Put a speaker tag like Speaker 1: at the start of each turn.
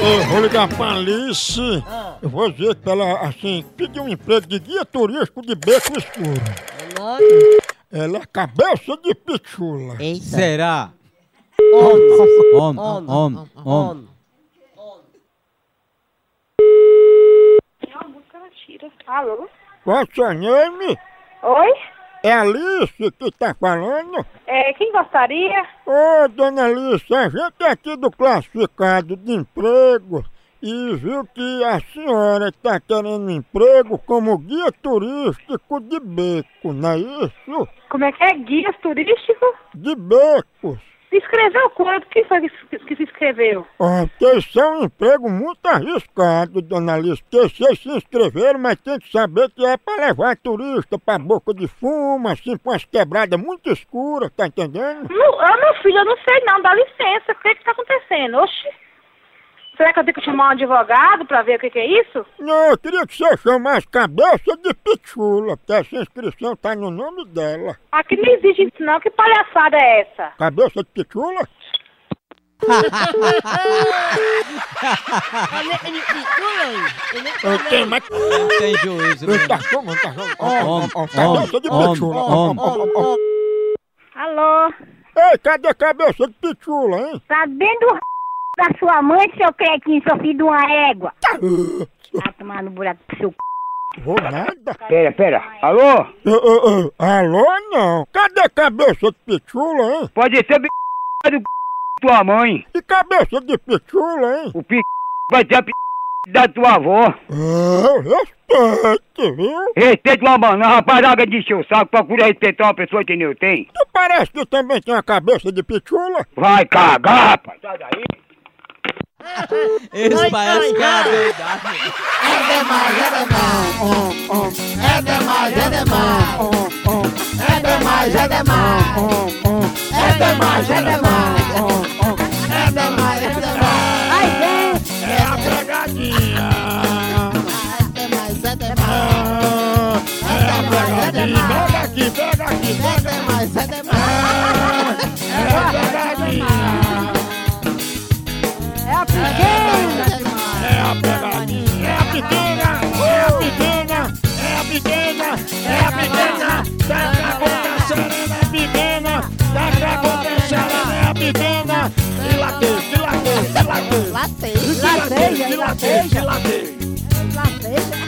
Speaker 1: Eu vou ligar pra Alice. Eu vou dizer pra ela, assim, pedir um emprego de guia turístico de beco escuro. Ela é cabeça de pichula.
Speaker 2: Eita.
Speaker 3: Será?
Speaker 2: Homem.
Speaker 3: Homem, homem, homem.
Speaker 2: Homem.
Speaker 4: Não, busca ela tira. Alô?
Speaker 1: Qual é o seu nome?
Speaker 4: Oi?
Speaker 1: É Alice que tá falando?
Speaker 4: É, quem gostaria?
Speaker 1: Ô, dona Alice, a gente é aqui do classificado de emprego e viu que a senhora está querendo emprego como guia turístico de beco, não é isso?
Speaker 4: Como é que é? Guias turísticos?
Speaker 1: De becos.
Speaker 4: Se inscreveu quanto? Quem foi que, que se inscreveu?
Speaker 1: Ó, porque isso é um emprego muito arriscado, dona Alice, porque vocês se inscreveram, mas tem que saber que é para levar turista pra boca de fumo, assim, pra umas quebradas muito escuras, tá entendendo?
Speaker 4: Não, ah, meu filho, eu não sei não, dá licença. O que que tá acontecendo? Oxi. Será que eu tenho que chamar um advogado pra ver o que que é isso?
Speaker 1: Não, eu queria que você chamasse cabeça de pichula, porque essa inscrição tá no nome dela.
Speaker 4: Aqui não existe isso não. Que palhaçada é essa?
Speaker 1: Cabeça de pichula? Eu tenho mais...
Speaker 3: Tem juízo.
Speaker 1: Eu tá chamando, tá chamando. Ó,
Speaker 3: Homem,
Speaker 1: ó, ó, Cabeça de
Speaker 3: homem,
Speaker 1: pichula. ó,
Speaker 3: homem,
Speaker 1: ó, ó, ó.
Speaker 4: Alô?
Speaker 1: Ei, cadê a cabeça de pichula, hein?
Speaker 4: Tá dentro do da sua mãe, seu cretinho, seu filho de uma égua. Tá tomar no buraco do seu c...
Speaker 1: Vou nada.
Speaker 5: Pera, pera. Alô?
Speaker 1: Ô, ô, ô, Alô, não. Cadê a cabeça de pichula, hein?
Speaker 5: Pode ser b... do b... tua mãe.
Speaker 1: E cabeça de pichula, hein?
Speaker 5: O p... vai ser a p... da tua avó.
Speaker 1: Eu respeito, Ah, viu?
Speaker 5: Respeita uma banana, rapaz, larga de encher o saco. Procura respeitar uma pessoa que nem eu tenho.
Speaker 1: Tu parece que também tem uma cabeça de pichula.
Speaker 5: Vai cagar, rapaz. Sai daí.
Speaker 3: Esse parece que é a verdade.
Speaker 1: É a pegadinha. Ah, É a pegadinha. Pega aqui, pega aqui, pega aqui. É a pegadinha. É a pegadinha. É a pequena. É a pequena. É a pequena. É a pequena. Tá pra acontecer, é a pequena. Tá pra acontecer, é a pequena. Dilatei, dilatei, dilatei.
Speaker 2: Latei.
Speaker 1: Dilatei, dilatei, dilatei.
Speaker 2: Latei.